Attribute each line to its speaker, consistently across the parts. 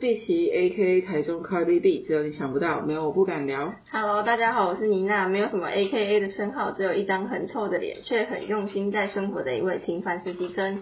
Speaker 1: 碧琪 A.K. 台中 Cardi B，只有你想不到，没有我不敢聊。
Speaker 2: Hello，大家好，我是妮娜，没有什么 A K A 的称号，只有一张很臭的脸，却很用心在生活的一位平凡实习生。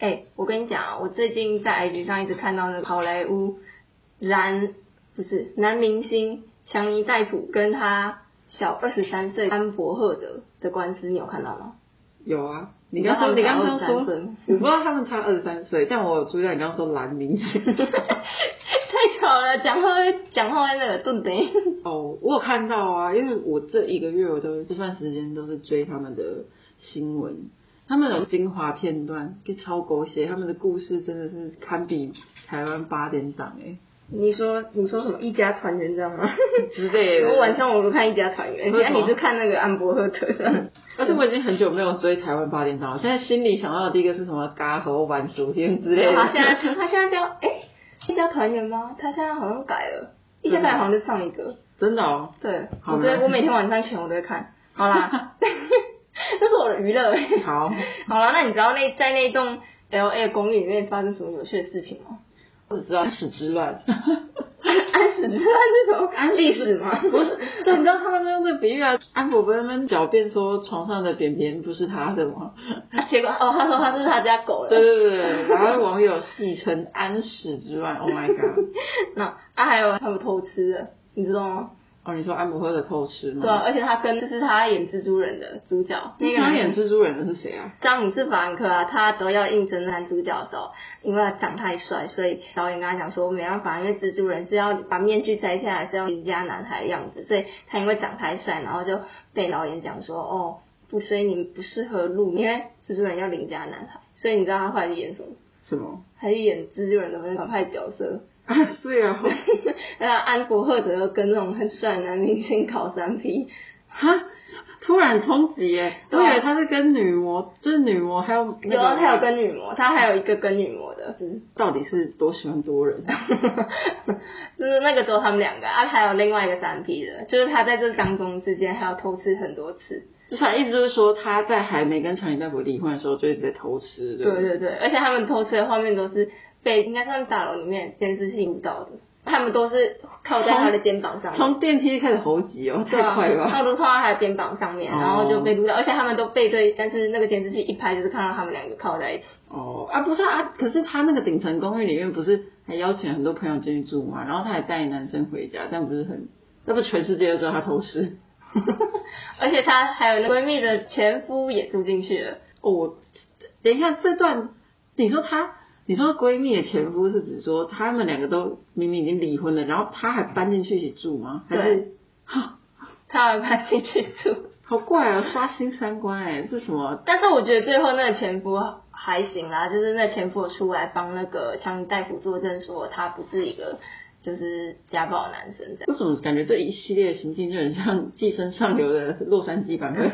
Speaker 2: 哎、我跟你讲啊，我最近在 IG 上一直看到那个好莱坞男不是男明星强尼戴普跟他小二十三岁安伯赫德的官司，你有看到吗？
Speaker 1: 有啊，你
Speaker 2: 你
Speaker 1: 刚
Speaker 2: 知道
Speaker 1: 说，你刚
Speaker 2: 他
Speaker 1: 刚
Speaker 2: 们才
Speaker 1: 说，
Speaker 2: 23岁 吗
Speaker 1: 我不知道他们才二十三岁，但我有注意到你刚刚说男明星。
Speaker 2: 太巧了，讲话会讲话会那个顿点。
Speaker 1: 哦，我有看到啊，因为我这一个月我都这段时间都是追他们的新闻，他们有精华片段，就超狗血，他们的故事真的是堪比台湾八点档哎、
Speaker 2: 你说你说什么一家团圆这样吗？
Speaker 1: 之类的。
Speaker 2: 我晚上我都看一家团圆，
Speaker 1: 为
Speaker 2: 那、
Speaker 1: 什么
Speaker 2: 你就看那个安伯赫特。
Speaker 1: 而且我已经很久没有追台湾八点档，了，现在心里想到的第一个是什么？嘎和晚薯片之类的。
Speaker 2: 他现在他现在叫哎、一家团圆吗？他现在好像改了，一家团圆好像就上一个。
Speaker 1: 真的哦，
Speaker 2: 对，
Speaker 1: 好
Speaker 2: 我觉
Speaker 1: 啦
Speaker 2: 得我每天晚上前我都会看。好 啦，这是我的娱乐。
Speaker 1: 好，
Speaker 2: 好啦，那你知道那在那栋 L A 公寓里面发生什么有趣的事情吗？
Speaker 1: 我只知道屎之 乱。
Speaker 2: 安史之乱这种安历史吗？
Speaker 1: 不是，对，你知道他们都用这个比喻啊，安博不是在那边狡辩说床上的便便不是他的 吗？
Speaker 2: 啊结果哦，他说他这是他家狗了。
Speaker 1: 对对对对，然后网友戏称安史之乱，Oh my god！
Speaker 2: 那啊，还有他们偷吃的，你知道吗？
Speaker 1: 哦，你说安博喝的偷吃吗？
Speaker 2: 对啊，而且他跟就是他演蜘蛛人的主角，那个
Speaker 1: 他
Speaker 2: 人
Speaker 1: 演蜘蛛人的是谁啊？
Speaker 2: 詹姆斯·法兰克啊，他得要应征男主角的时候，因为他长太帅，所以导演跟他讲说没办法，因为蜘蛛人是要把面具摘下来是要邻家男孩的 样子，所以他因为长太帅，然后就被导演讲说哦，不，所以你不适合录，因为蜘蛛人要邻家男孩，所以你知道他后来去演什么？
Speaker 1: 什么？
Speaker 2: 他去演蜘蛛人的反派角色，
Speaker 1: 啊，是啊，
Speaker 2: 那安伯赫德跟那种很帅的男明星搞三 P，
Speaker 1: 哈，突然冲击耶！我
Speaker 2: 对
Speaker 1: 以
Speaker 2: 啊
Speaker 1: 为他是跟女魔，就是女魔，还有那
Speaker 2: 有啊，
Speaker 1: 个，
Speaker 2: 他有跟女模，他还有一个跟女模的，嗯。
Speaker 1: 到底是多喜欢多人？啊
Speaker 2: 就是那个只有他们两个啊，还有另外一个三 P 的，就是他在这当中之间还要偷吃很多次。
Speaker 1: 就是他一直就是说他在还没跟强尼戴普离婚的时候就一直在偷吃，对不
Speaker 2: 对
Speaker 1: 对
Speaker 2: 对对，而且他们偷吃的画面都是被应该算大楼里面监视器录到的，他们都是靠在他的肩膀上面。
Speaker 1: 从电梯开始猴急哦，
Speaker 2: 对
Speaker 1: 太
Speaker 2: 啊
Speaker 1: 快了，吧！哦
Speaker 2: 他们都靠在他的肩膀上面，然后就被录到，而且他们都背对，但是那个监视器一拍就是看到他们两个靠在一起。
Speaker 1: 哦啊，不是啊，可是他那个顶层公寓里面不是还邀请很多朋友进去住嘛，然后他还带男生回家，但不是很，那不全世界都知道他偷吃。
Speaker 2: 而且她还有那闺蜜的前夫也住进去了，
Speaker 1: 哦，我等一下这段，你说她，你说闺蜜的前夫是指说他们两个都明明已经离婚了，然后他还搬进去一起住吗？还是
Speaker 2: 对
Speaker 1: 哈，
Speaker 2: 她还搬进去住。
Speaker 1: 好怪啊、刷新三观哎、这是什么？
Speaker 2: 但是我觉得最后那个前夫还行啦，就是那前夫有出来帮那个强尼戴普作证，说他不是一个就是家暴男生这样。
Speaker 1: 为什么感觉这一系列的行径就很像寄生上流的洛杉矶版 本？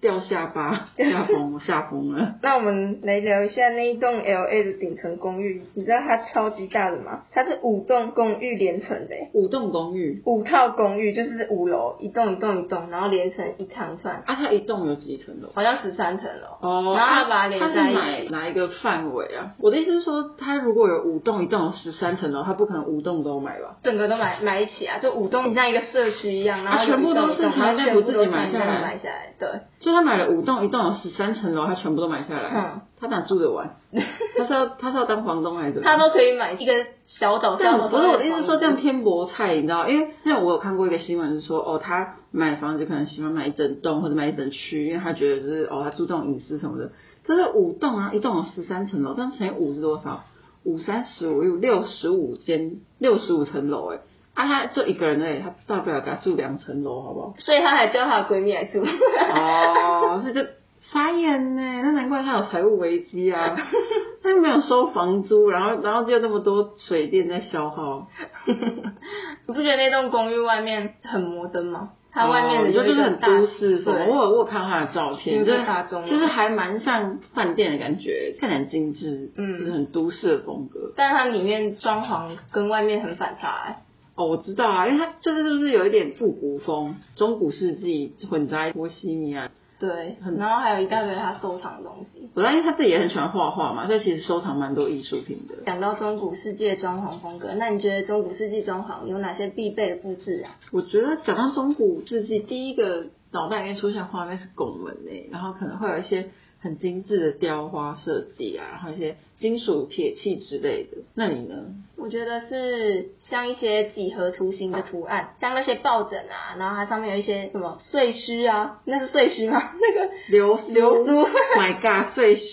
Speaker 1: 掉下巴，吓疯，我吓疯了。
Speaker 2: 那我们来聊一下那一栋 L A 的顶层公寓，你知道它超级大的吗？它是五栋公寓连成的、欸，
Speaker 1: 五栋公寓
Speaker 2: 五套公寓就是五楼，一栋一栋一栋，然后连成一长串，
Speaker 1: 啊，它一栋有几层楼？
Speaker 2: 好像十三层楼。
Speaker 1: 哦
Speaker 2: 然后它把它连在一起
Speaker 1: 它是哪哪一个范围啊？我的意思是说，它如果有五栋，一栋有十三层楼，它不可能五栋都买吧？
Speaker 2: 整个都买买一起啊，就五栋像一个社区一样，然
Speaker 1: 啊
Speaker 2: 后
Speaker 1: 全部都
Speaker 2: 有一栋一
Speaker 1: 是
Speaker 2: 栋然后
Speaker 1: 强尼戴
Speaker 2: 全
Speaker 1: 普
Speaker 2: 部
Speaker 1: 自己
Speaker 2: 都是
Speaker 1: 买
Speaker 2: 强尼戴
Speaker 1: 下
Speaker 2: 普
Speaker 1: 来
Speaker 2: 买下来，对。
Speaker 1: 所以他买了五栋，一栋有十三层楼，他全部都买下来。
Speaker 2: 嗯，
Speaker 1: 他哪住得完？他是要他是要当房东还是怎么
Speaker 2: 他
Speaker 1: 样？
Speaker 2: 都可以买一个小岛
Speaker 1: 这
Speaker 2: 上
Speaker 1: 样
Speaker 2: 的。
Speaker 1: 不是我的意思，说这样偏薄菜，你知道？因为像我有看过一个新闻，是说哦，他买房就可能喜欢买一整栋或者买一整区，因为他觉得就是哦，他注重隐私什么的。可是五栋啊，一栋有十三层楼，这样乘以五是多少？五三十五六六十五间，六十五层楼哎。啊，他就一个人哎，他大不了给他住两层楼，好不好？
Speaker 2: 所以她还叫她的闺蜜来 住。
Speaker 1: 哦， 所以就傻眼呢，那难怪他有财务危机啊，他没有收房租，然后然后就那么多水电在消耗，
Speaker 2: 你不觉得那栋公寓外面很摩登吗？它外面
Speaker 1: 哦
Speaker 2: 的
Speaker 1: 就
Speaker 2: 有
Speaker 1: 就
Speaker 2: 一
Speaker 1: 是
Speaker 2: 个
Speaker 1: 很
Speaker 2: 大
Speaker 1: 都市风，
Speaker 2: 对
Speaker 1: 我有我有看他的照片，
Speaker 2: 有
Speaker 1: 就
Speaker 2: 点
Speaker 1: 是
Speaker 2: 大众
Speaker 1: 就是还蛮像饭店的感觉，看起来很精致，
Speaker 2: 嗯
Speaker 1: 就是很都市的风格。
Speaker 2: 但它里面装潢跟外面很反差、欸，
Speaker 1: 哦，我知道啊，因为它就是就是有一点复古风，中古世纪混杂波西米亚，
Speaker 2: 对
Speaker 1: 很，
Speaker 2: 然后还有一大堆他收藏的东西。
Speaker 1: 不但因为他自己也很喜欢画画嘛，所以其实收藏蛮多艺术品的。
Speaker 2: 讲到中古世纪的装潢风格，那你觉得中古世纪装潢有哪些必备的布置啊？
Speaker 1: 我觉得讲到中古世纪，第一个脑袋里面出现的画面是拱门诶、然后可能会有一些很精致的雕花设计啊，然后一些金属、铁器之类的。那你呢？
Speaker 2: 我觉得是像一些几何图形的图案，像那些抱枕啊，然后它上面有一些什么碎须啊，那是碎须吗？ 那个
Speaker 1: 流苏
Speaker 2: 流苏
Speaker 1: ，My God，碎屑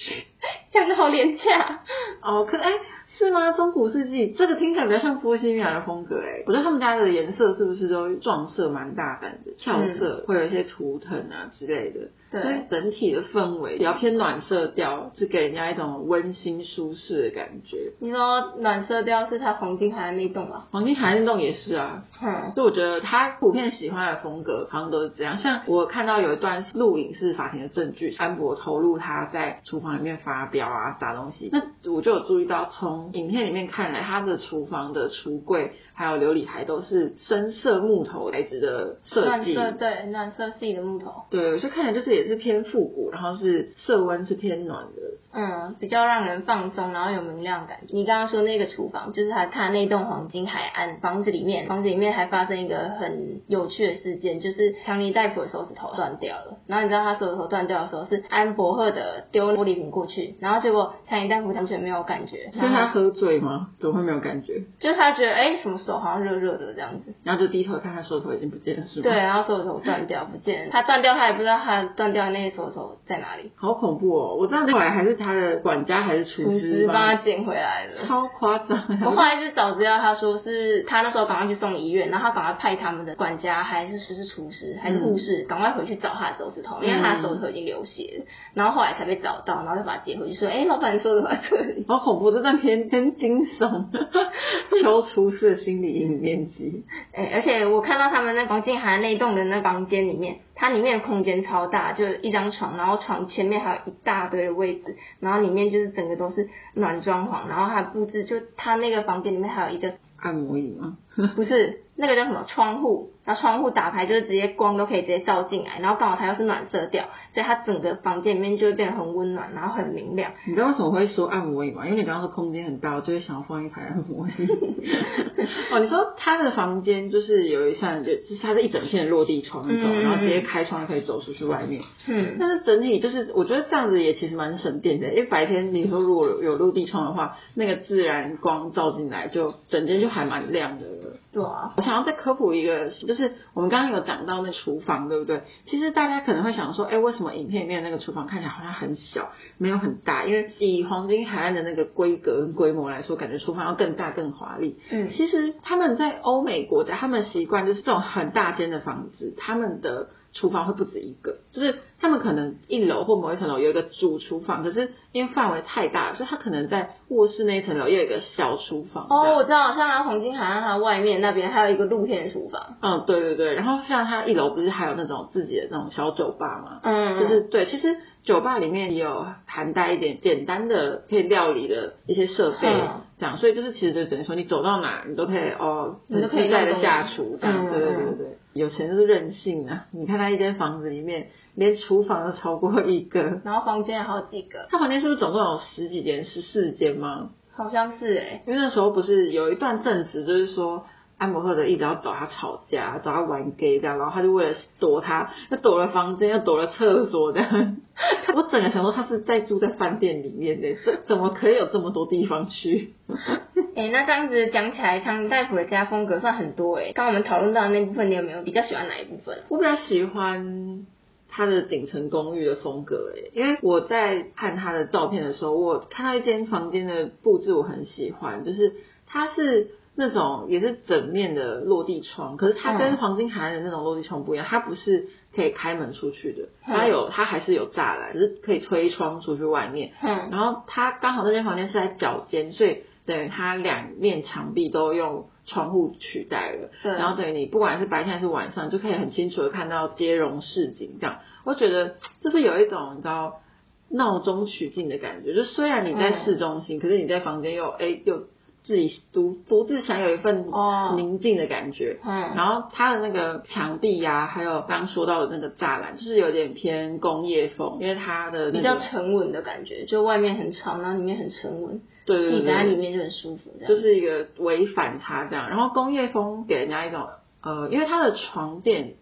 Speaker 2: 讲的好廉价。
Speaker 1: 哦，可哎、是吗？中古世纪这个听起来比较像波西米亚的风格哎、我觉得他们家的颜色是不是都撞色蛮大胆的，跳色、会有一些图腾啊之类的。所以
Speaker 2: 对，
Speaker 1: 整体的氛围比较偏暖色调，是给人家一种温馨舒适的感觉。
Speaker 2: 你说暖色调是它啊黄金海岸那栋吗？
Speaker 1: 黄金海岸洞也是啊，
Speaker 2: 嗯，
Speaker 1: 所以我觉得他普遍喜欢的风格好像都是这样。像我看到有一段录影是法庭的证据，安博投入他在厨房里面发飙啊砸东西，那我就有注意到，从影片里面看来，他的厨房的橱柜还有琉璃台都是深色木头材质的设
Speaker 2: 暖
Speaker 1: 计，
Speaker 2: 色对暖色系的木头，
Speaker 1: 对，所以看起来就是也是偏复古，然后是色温是偏暖的。
Speaker 2: 嗯，比较让人放松，然后有明亮感。你刚刚说那个厨房，就是它它那栋黄金海岸房子里面，房子里面还发生一个很有趣的事件，就是强尼戴普的手指头断掉了。然后你知道他手指头断掉的时候，是安伯赫的丢玻璃瓶过去，然后结果强尼戴普完全没有感觉，
Speaker 1: 所以他
Speaker 2: 然后
Speaker 1: 喝醉吗？怎么会没有感觉？
Speaker 2: 就是他觉得哎、什么手好像热热的这样子，
Speaker 1: 然后就低头看他手头已经不见了，是吗？
Speaker 2: 对，，然后手指头断掉不见了，他断掉他也不知道他断掉的那个手指头在哪里，
Speaker 1: 好恐怖哦！我知道后来还是他的管家还是
Speaker 2: 厨
Speaker 1: 厨
Speaker 2: 师
Speaker 1: 师
Speaker 2: 帮他捡回来 了。
Speaker 1: 超夸张。
Speaker 2: 我后来就找资料，他说是他那时候赶快去送医院，然后他赶快派他们的管家还是是厨师还是
Speaker 1: 嗯
Speaker 2: 护士，赶、快回去找他的手指头，因为他的手指头已经流血了，然后后来才被找到，然后就把他接回去说，哎、老板你说的话这里。
Speaker 1: 好恐怖，这段偏偏惊悚， 求厨师的心理阴影面积。
Speaker 2: 哎、而且我看到他们那黄静涵那栋的那房间里面，它里面的空间超大，就一张床，然后床前面还有一大堆的位置，然后里面就是整个都是暖装潢，然后还布置，就他那个房间里面还有一个
Speaker 1: 按摩椅吗？
Speaker 2: 不是那个叫什么窗户，然后窗户打开就是直接光都可以直接照进来，然后刚好它又是暖色调，所以它整个房间里面就会变得很温暖，然后很明亮。
Speaker 1: 你知道为什么会说按摩椅吗？因为你刚刚说空间很大，我就会想要放一排按摩椅。 哦，你说他的房间就是有一扇，就就是它是一整片落地窗那种，
Speaker 2: 嗯嗯嗯
Speaker 1: 然后直接开窗就可以走出去外面。
Speaker 2: 嗯，
Speaker 1: 但是整体就是，我觉得这样子也其实蛮省电的，因为白天你说如果有有落地窗的话，那个自然光照进来就，整间就还蛮亮的了。
Speaker 2: 对啊，
Speaker 1: 我想要再科普一个，就是我们刚刚有讲到那厨房，对不对？其实大家可能会想说，哎，为什么影片里面那个厨房看起来好像很小，没有很大？因为以黄金海岸的那个规格跟规模来说，感觉厨房要更大更华丽。
Speaker 2: 嗯
Speaker 1: 其实他们在欧美国家，他们习惯就是这种很大间的房子，他们的厨房会不止一个，就是他们可能一楼或某一层楼有一个主厨房，可是因为范围太大，所以他可能在卧室那一层楼也有一个小厨房。这
Speaker 2: 哦，
Speaker 1: 样
Speaker 2: 我知道，像它黄金海岸它外面那边还有一个露天厨房，
Speaker 1: 嗯，对对对，然后像他一楼不是还有那种自己的那种小酒吧嘛，
Speaker 2: 嗯
Speaker 1: 就是对，其实酒吧里面也有涵盖一点简单的可以料理的一些设备，
Speaker 2: 嗯
Speaker 1: 这样，所以就是其实就等于说你走到哪你都可以哦，
Speaker 2: 你都可以
Speaker 1: 很自在
Speaker 2: 弄
Speaker 1: 的
Speaker 2: 懂
Speaker 1: 下厨，这样，
Speaker 2: 嗯
Speaker 1: 对对对
Speaker 2: 嗯
Speaker 1: 对，有钱就是任性啊！你看他一间房子里面连厨房都超过一个，
Speaker 2: 然后房间有好几个，
Speaker 1: 他房间是不是总共有十几间，十四间吗？
Speaker 2: 好像是 哎、
Speaker 1: 因为那时候不是有一段正值，就是说安伯赫德一直要找他吵架，找他玩 gay 这样，然后他就为了躲他，又躲了房间，又躲了厕所这样。 我整个想说他是在住在饭店里面的，这怎么可以有这么多地方去？
Speaker 2: 哎、那这样子讲起来，康大夫的家风格算很多哎、刚刚我们讨论到的那部分，你有没有比较喜欢哪一部分？
Speaker 1: 我比较喜欢他的顶层公寓的风格诶，因为我在看他的照片的时候，我看到一间房间的布置我很喜欢，就是它是那种也是整面的落地窗，可是它跟
Speaker 2: 嗯
Speaker 1: 黄金海岸的那种落地窗不一样，它不是可以开门出去的，
Speaker 2: 嗯
Speaker 1: 它有它还是有栅栏，只是可以推窗出去外面。
Speaker 2: 嗯
Speaker 1: 然后它刚好那间房间是在脚尖，所以等于它两面墙壁都用窗户取代了。
Speaker 2: 对
Speaker 1: 然后等于你不管是白天还是晚上，就可以很清楚的看到接容市景这样。我觉得就是有一种你知道
Speaker 2: 嗯
Speaker 1: 闹中取静的感觉，就虽然你在市中心，可是你在房间又哎又自己独独自享有一份
Speaker 2: 哦
Speaker 1: 宁静的感觉。
Speaker 2: 嗯，
Speaker 1: 然后它的那个墙壁呀、还有刚刚说到的那个栅栏，就是有点偏工业风，因为它的那
Speaker 2: 比
Speaker 1: 个
Speaker 2: 较沉稳的感觉，就外面很吵，然后里面很沉稳，
Speaker 1: 对对对
Speaker 2: 自己
Speaker 1: 对
Speaker 2: 在里面就很舒服，这样。
Speaker 1: 就是一个微反差这样。然后工业风给人家一种呃，因为它的床垫，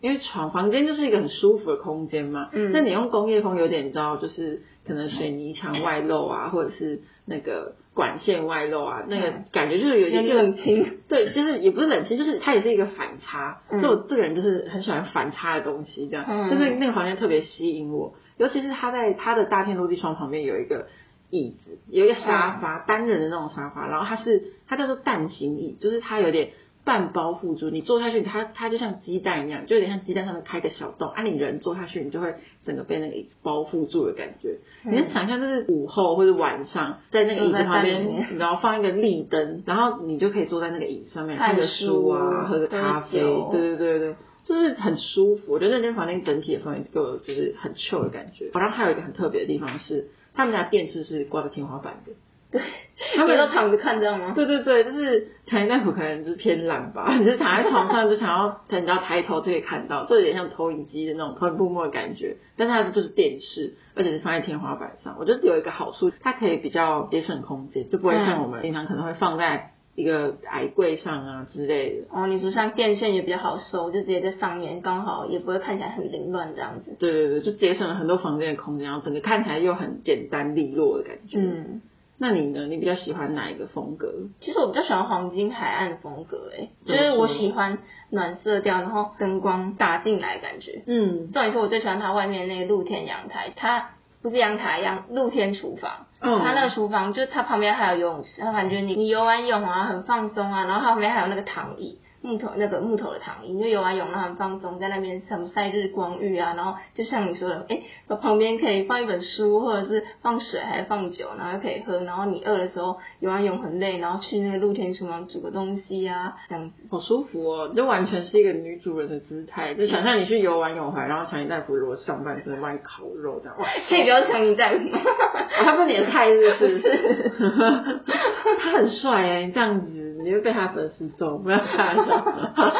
Speaker 1: 因为床房间就是一个很舒服的空间嘛。
Speaker 2: 嗯
Speaker 1: 那你用工业风有点，你知道，就是可能水泥墙外露啊，或者是那个管线外露啊，那个
Speaker 2: 嗯
Speaker 1: 感觉就是有
Speaker 2: 有
Speaker 1: 点
Speaker 2: 点冷 清，
Speaker 1: 对，就是也不是冷清，就是它也是一个反差。
Speaker 2: 嗯
Speaker 1: 所以我这个人就是很喜欢反差的东西，这样，
Speaker 2: 嗯
Speaker 1: 就是那个房间特别吸引我。尤其是它在它的大片落地窗旁边有一个椅子，有一个沙
Speaker 2: 嗯
Speaker 1: 发，单人的那种沙发，然后它是它叫做蛋形椅，就是它有点半包覆住，你坐下去，它它就像鸡蛋一样，就有点像鸡蛋上面开个小洞，啊，你人坐下去，你就会整个被那个椅子包覆住的感觉。
Speaker 2: 嗯
Speaker 1: 你能想象，就是午后或者晚上，在那个椅子旁
Speaker 2: 坐在蛋里
Speaker 1: 边
Speaker 2: 面，
Speaker 1: 然后放一个立灯，然后你就可以坐在那个椅子上面看
Speaker 2: 看
Speaker 1: 个
Speaker 2: 书
Speaker 1: 书啊，喝个
Speaker 2: 喝
Speaker 1: 咖啡，
Speaker 2: 酒
Speaker 1: 对对对对，就是很舒服。我觉得那间房间整体的氛围给我就是很 chill 的感觉。然后还有一个很特别的地方是，他们家电视是挂在天花板的，
Speaker 2: 他
Speaker 1: 他
Speaker 2: 们
Speaker 1: 们
Speaker 2: 都躺着看这样吗？
Speaker 1: 对对对，就是强尼大夫可能就是偏懒吧， 就是躺在床上就想要，等到抬头就可以看到，这有点像投影机的那种投影幕幕的感觉。但是它就是电视，而且是放在天花板上。我觉得有一个好处，它可以比较节省空间，就不会像我们平常可能会放在一个矮柜上啊之类的。
Speaker 2: 哦，你说像电线也比较好收，就直接在上面，刚好也不会看起来很凌乱这样子。
Speaker 1: 对对对，就节省了很多房间的空间，然后整个看起来又很简单利落的感觉。，
Speaker 2: 嗯，
Speaker 1: 那你呢？你比较喜欢哪一个风格？
Speaker 2: 其实我比较喜欢黄金海岸风格，诶，就
Speaker 1: 怎么
Speaker 2: 是我
Speaker 1: 说
Speaker 2: 喜欢暖色调，然后灯光打进来的感觉。
Speaker 1: 嗯，
Speaker 2: 重点是我最喜欢它外面那个露天阳台，它不是阳台，阳露天厨房。
Speaker 1: 嗯，
Speaker 2: 它那个厨房就它旁边还有游泳池，它感觉你你游完泳啊很放松啊，然后它旁边还有那个躺椅，木头那个木头的躺椅，你就游完泳然后很放松，在那边什么晒日光浴啊，然后就像你说的，哎、旁边可以放一本书，或者是放水，还放酒，然后又可以喝，然后你饿的时候游完泳很累，然后去那个露天厨房煮个东西啊，这样子。
Speaker 1: 好舒服哦，就完全是一个女主人的姿态。就想象你去游完泳回来，然后强尼大夫如果上半身帮你烤肉 这样，哇，
Speaker 2: 可以不要强你在吗？
Speaker 1: 哦他不是你的菜是不是？ 他很帅哎，你这样子你会被他粉丝揍，不要开玩笑。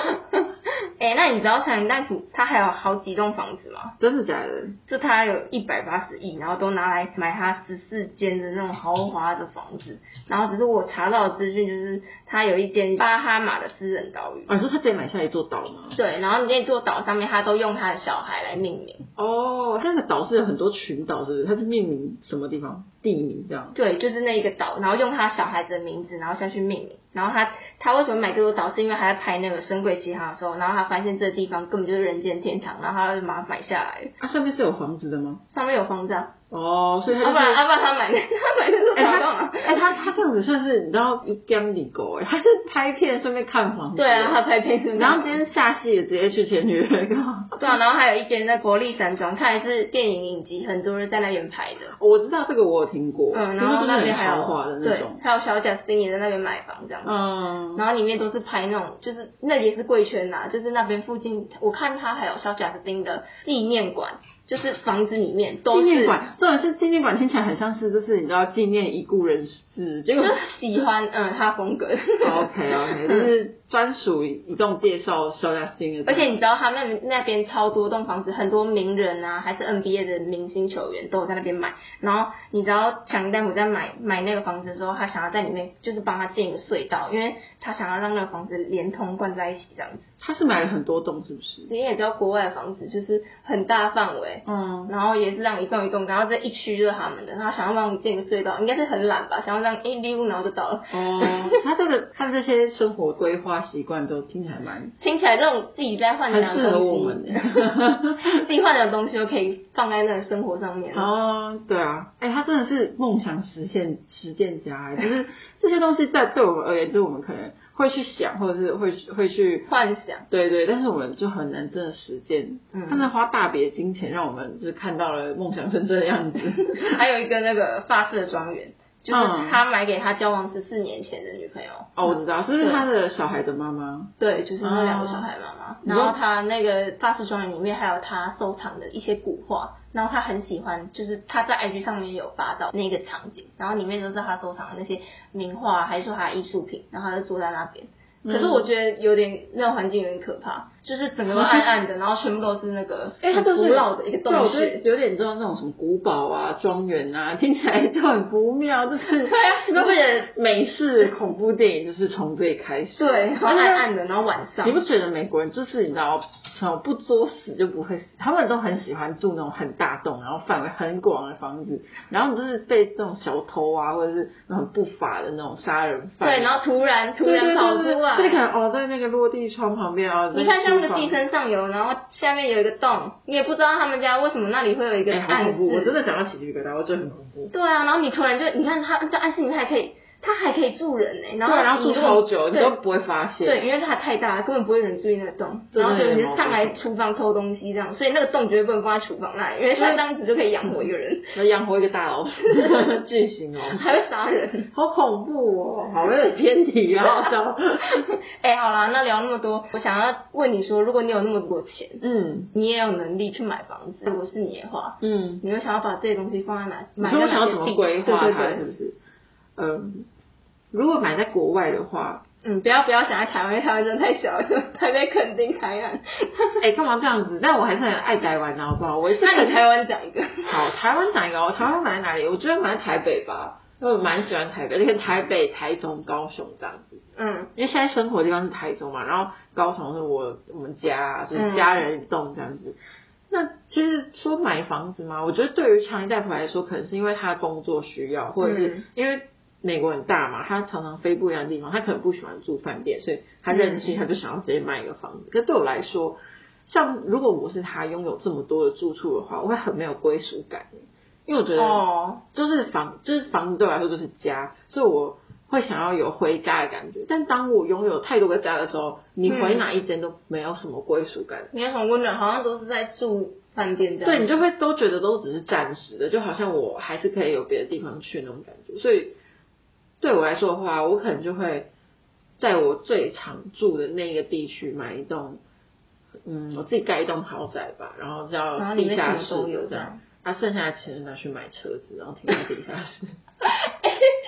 Speaker 2: 哎、那你知道强尼大夫他还有好几栋房子吗？
Speaker 1: 真的假的？
Speaker 2: 就他有一百八十亿，然后都拿来买他十四间的那种豪华的房子，然后只是我查到的资讯就是他有一间巴哈马的私人岛屿，
Speaker 1: 哦，你说他自己买下一座岛吗？
Speaker 2: 对，然后那座岛上面他都用他的小孩来命名，
Speaker 1: 哦，他那个岛是有很多群岛，是不是？他是命名什么地方地名这样？
Speaker 2: 对，就是那一个岛，然后用他小孩子的名字，然后下去命名，然后他他为什么买这座岛，是因为他在拍那个《神鬼奇航》的时候，然后他发现这个地方根本就是人间天堂，然后他就把它买下来了，
Speaker 1: 啊，上面是有房子的吗？
Speaker 2: 上面有 房子啊，
Speaker 1: 哦，所以他
Speaker 2: 要、
Speaker 1: 就
Speaker 2: 不然
Speaker 1: 是。
Speaker 2: 要、不然他买那他买那座
Speaker 1: 哎、
Speaker 2: 岛
Speaker 1: 他
Speaker 2: 干嘛？
Speaker 1: 哎、他他这样子算是你知道一江里狗哎，他是拍片顺便看房子，
Speaker 2: 对啊，他拍片是这样
Speaker 1: 然后今天下戏也直接去前女友干嘛？
Speaker 2: 对啊，然后还有一间在国立山庄，它也是电影影集，很多人在那边拍的。
Speaker 1: 我知道这个我有听过，听
Speaker 2: 嗯，然
Speaker 1: 说
Speaker 2: 后
Speaker 1: 哦就是
Speaker 2: 那
Speaker 1: 很
Speaker 2: 边还
Speaker 1: 豪华的
Speaker 2: 有
Speaker 1: 那
Speaker 2: 对
Speaker 1: 种，，
Speaker 2: 还有小贾斯汀也在那边买房这样。
Speaker 1: 嗯，
Speaker 2: 然后里面都是拍那种，就是那也是贵圈呐、就是那边附近，我看它还有小贾斯汀的纪念馆，就是房子里面都
Speaker 1: 纪
Speaker 2: 是
Speaker 1: 念馆，重点是纪念馆听起来很像是就是你知道纪念已故人士，结
Speaker 2: 就
Speaker 1: 果
Speaker 2: 是喜欢嗯他风格。
Speaker 1: OK
Speaker 2: 嗯
Speaker 1: OK，就是专属一栋介绍肖亚汀的，
Speaker 2: 而且你知道他们那边超多栋房子，很多名人啊，还是 NBA 的明星球员都有在那边买。然后你知道强丹普在买买那个房子的时候，他想要在里面就是帮他建一个隧道，因为他想要让那个房子连通贯在一起这样子。
Speaker 1: 他是买了很多栋是不是？
Speaker 2: 你也知道国外的房子就是很大范围。
Speaker 1: 嗯，
Speaker 2: 然后也是让一栋一栋，然后这一区就是他们的，然后想要帮我们建一个隧道，应该是很懒吧，想要让一溜然后就到了。
Speaker 1: 哦，他这个他这些生活规划习惯都听起来蛮
Speaker 2: 听起来这种自己在幻
Speaker 1: 很
Speaker 2: 想
Speaker 1: 适
Speaker 2: 的
Speaker 1: 合
Speaker 2: 东
Speaker 1: 我
Speaker 2: 西，
Speaker 1: 们 的。
Speaker 2: 自己幻想的东西就可以放在那个生活上面。
Speaker 1: 哦，对啊，哎、他真的是梦想实现实践家，哎就是 这些东西在对我们而言，就是我们可能会去想，或者是会去会去，
Speaker 2: 幻想，
Speaker 1: 对对，但是我们就很难真的实践。他
Speaker 2: 嗯，
Speaker 1: 们花大笔的金 钱，让我们就是看到了梦想成真的样子。
Speaker 2: 还有一个那个法式的庄园，就是
Speaker 1: 嗯
Speaker 2: 他买给他交往十四年前的女朋友。
Speaker 1: 哦，我知道，是不是
Speaker 2: 对
Speaker 1: 他的小孩的妈妈？
Speaker 2: 对，就是那两个小孩妈妈。
Speaker 1: 你
Speaker 2: 然
Speaker 1: 说
Speaker 2: 后他那个发饰庄园里面还有他收藏的一些古画，然后他很喜欢，就是他在 IG 上面有发到那个场景，然后里面都是他收藏的那些名画，还是说他的艺术品，然后他就坐在那边。
Speaker 1: 嗯
Speaker 2: 可是我觉得有点那种环境有点可怕，就是整个都暗暗 的，然后全部都是那个
Speaker 1: 哎、他
Speaker 2: 很
Speaker 1: 都是
Speaker 2: 古老的一个
Speaker 1: 对，啊我
Speaker 2: 洞
Speaker 1: 觉得
Speaker 2: 穴。
Speaker 1: 有点知道那种什么古堡啊、庄园啊，听起来就很不妙，就是对
Speaker 2: 啊
Speaker 1: 你不觉得 美式恐怖电影就是从这里开始？
Speaker 2: 对， 然后
Speaker 1: 而且
Speaker 2: 暗暗的，然后晚上
Speaker 1: 你不觉得美国人就是你知道，什么不作死就不会死，他们都很喜欢住那种很大栋，然后范围很广的房子，然后你就是被这种小偷啊，或者是那种不法的那种杀人犯，
Speaker 2: 对，然
Speaker 1: 后
Speaker 2: 后突然突
Speaker 1: 对
Speaker 2: 然
Speaker 1: 对
Speaker 2: 跑
Speaker 1: 对
Speaker 2: 出
Speaker 1: 对，
Speaker 2: 来，
Speaker 1: 就是可能哦，在那个落地窗旁边啊，哦
Speaker 2: 你看，像那
Speaker 1: 在
Speaker 2: 个
Speaker 1: 厨
Speaker 2: 《寄
Speaker 1: 房
Speaker 2: 生上游》，然后下面有一个洞，你也不知道他们家为什么那里会有一个
Speaker 1: 哎、好
Speaker 2: 暗
Speaker 1: 恐怖！我真
Speaker 2: 室。
Speaker 1: 的讲到起鸡皮疙瘩，我觉得很恐怖。
Speaker 2: 对啊，然后你突然就，你看他在暗室里面还可以，他还可以住人呢、然后
Speaker 1: 对，啊然后
Speaker 2: 你
Speaker 1: 住
Speaker 2: 如
Speaker 1: 超
Speaker 2: 果
Speaker 1: 久，你
Speaker 2: 对
Speaker 1: 都不会发现。
Speaker 2: 对，因为它太大了，根本不会有人注意那个洞，
Speaker 1: 真
Speaker 2: 然
Speaker 1: 的
Speaker 2: 后就有
Speaker 1: 有
Speaker 2: 人
Speaker 1: 毛
Speaker 2: 上来
Speaker 1: 病
Speaker 2: 厨房偷东西这样，所以那个洞绝对不能放在厨房那里，因为他这样子就可以养活一个 人，
Speaker 1: 要养活一个 大老鼠，巨型老鼠，
Speaker 2: 还会杀人。
Speaker 1: 好恐怖哦！好，我有点偏题了，好笑。
Speaker 2: 哎、好啦，那聊那么多，我想要问你说，如果你有那么多钱，
Speaker 1: 嗯
Speaker 2: 你也有能力去买房子，如果是你的话，
Speaker 1: 嗯，
Speaker 2: 你会想要把这些东西放在哪？
Speaker 1: 你
Speaker 2: 买
Speaker 1: 说我
Speaker 2: 在
Speaker 1: 想要
Speaker 2: 哪
Speaker 1: 怎
Speaker 2: 些
Speaker 1: 么
Speaker 2: 地
Speaker 1: 规划
Speaker 2: 对
Speaker 1: 它，
Speaker 2: 对
Speaker 1: 是
Speaker 2: 对，
Speaker 1: 不是？嗯，如果买在国外的话，
Speaker 2: 嗯，不要不要想在台湾，因为台湾真的太小了，台北、肯定、台 南。
Speaker 1: 哎、干嘛这样子？但我还是很爱台湾的，好不好？我是
Speaker 2: 那
Speaker 1: 很
Speaker 2: 你台湾讲一个，
Speaker 1: 好，台湾哪一个哦？台湾买在哪里？我觉得买在台北吧，因为我蛮喜欢台北，而且台北、台中、高雄这样子。
Speaker 2: 嗯，
Speaker 1: 因为现在生活的地方是台中嘛，然后高雄是我我们家、啊，就是家人一栋这样子。那其实说买房子嘛，我觉得对于强尼大夫来说，可能是因为他工作需要，或者是
Speaker 2: 嗯
Speaker 1: 因为美国很大嘛，他常常飞不一样的地方，他可能不喜欢住饭店，所以他任性，他就想要直接买一个房子。可对我来说，像如果我是他拥有这么多的住处的话，我会很没有归属感，因为我觉得
Speaker 2: 哦，
Speaker 1: 就是房，就是房子对我来说就是家，所以我会想要有回家的感觉。但当我拥有太多个家的时候，你回哪一间都没有什么归属感，
Speaker 2: 你有什么温暖？好像都是在住饭店这样。
Speaker 1: 对你就会都觉得都只是暂时的，就好像我还是可以有别的地方去那种感觉。所以对我来说的话，我可能就会在我最常住的那个地区买一栋，嗯，我自己盖一栋豪宅吧，然后
Speaker 2: 然后
Speaker 1: 叫
Speaker 2: 里
Speaker 1: 地
Speaker 2: 面什
Speaker 1: 下
Speaker 2: 么
Speaker 1: 室
Speaker 2: 都有
Speaker 1: 这
Speaker 2: 这
Speaker 1: 样
Speaker 2: 样。
Speaker 1: 他、啊剩下的钱就拿去买车子，然后停在地下室。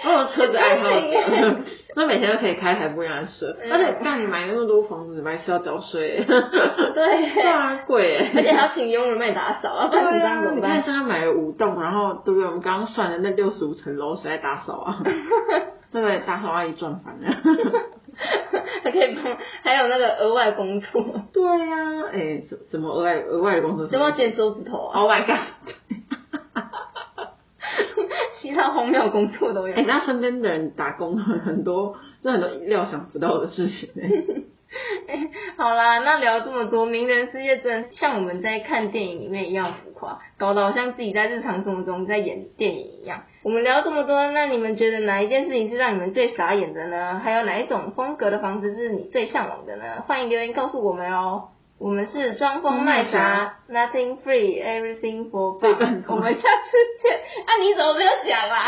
Speaker 1: 我有车子爱好者， 那每天都可以开台不一样的车，
Speaker 2: 嗯
Speaker 1: 而且让你买那么多房子，你还是要交税，对
Speaker 2: 对，
Speaker 1: 啊，贵耶。
Speaker 2: 而且还要请佣人帮你打扫，要不
Speaker 1: 对
Speaker 2: 然你这样
Speaker 1: 啊，
Speaker 2: 怎么
Speaker 1: 你看
Speaker 2: 办？
Speaker 1: 现在买了五栋，然后对不对？我们刚刚算的那六十五层楼谁在打扫啊？对不对？打扫阿姨赚翻了。啊
Speaker 2: 还可以帮，还有那个额外工作，
Speaker 1: 对呀、哎、什什么额外额外的工作什
Speaker 2: 就要
Speaker 1: 么
Speaker 2: 剪手指头啊，
Speaker 1: ？Oh my god！
Speaker 2: 其他荒谬工作都有
Speaker 1: 哎、。那身边的人打工很多，那很多料想不到的事情、哎
Speaker 2: 好啦，那聊这么多，名人世界真的像我们在看电影里面一样浮夸，搞得好像自己在日常生活中在演电影一样。我们聊这么多，那你们觉得哪一件事情是让你们最傻眼的呢？还有哪一种风格的房子是你最向往的呢？欢迎留言告诉我们哦。我们是装疯卖傻，Nothing free, everything for
Speaker 1: 对
Speaker 2: fun。我们下次见。啊，你怎么没有讲啦？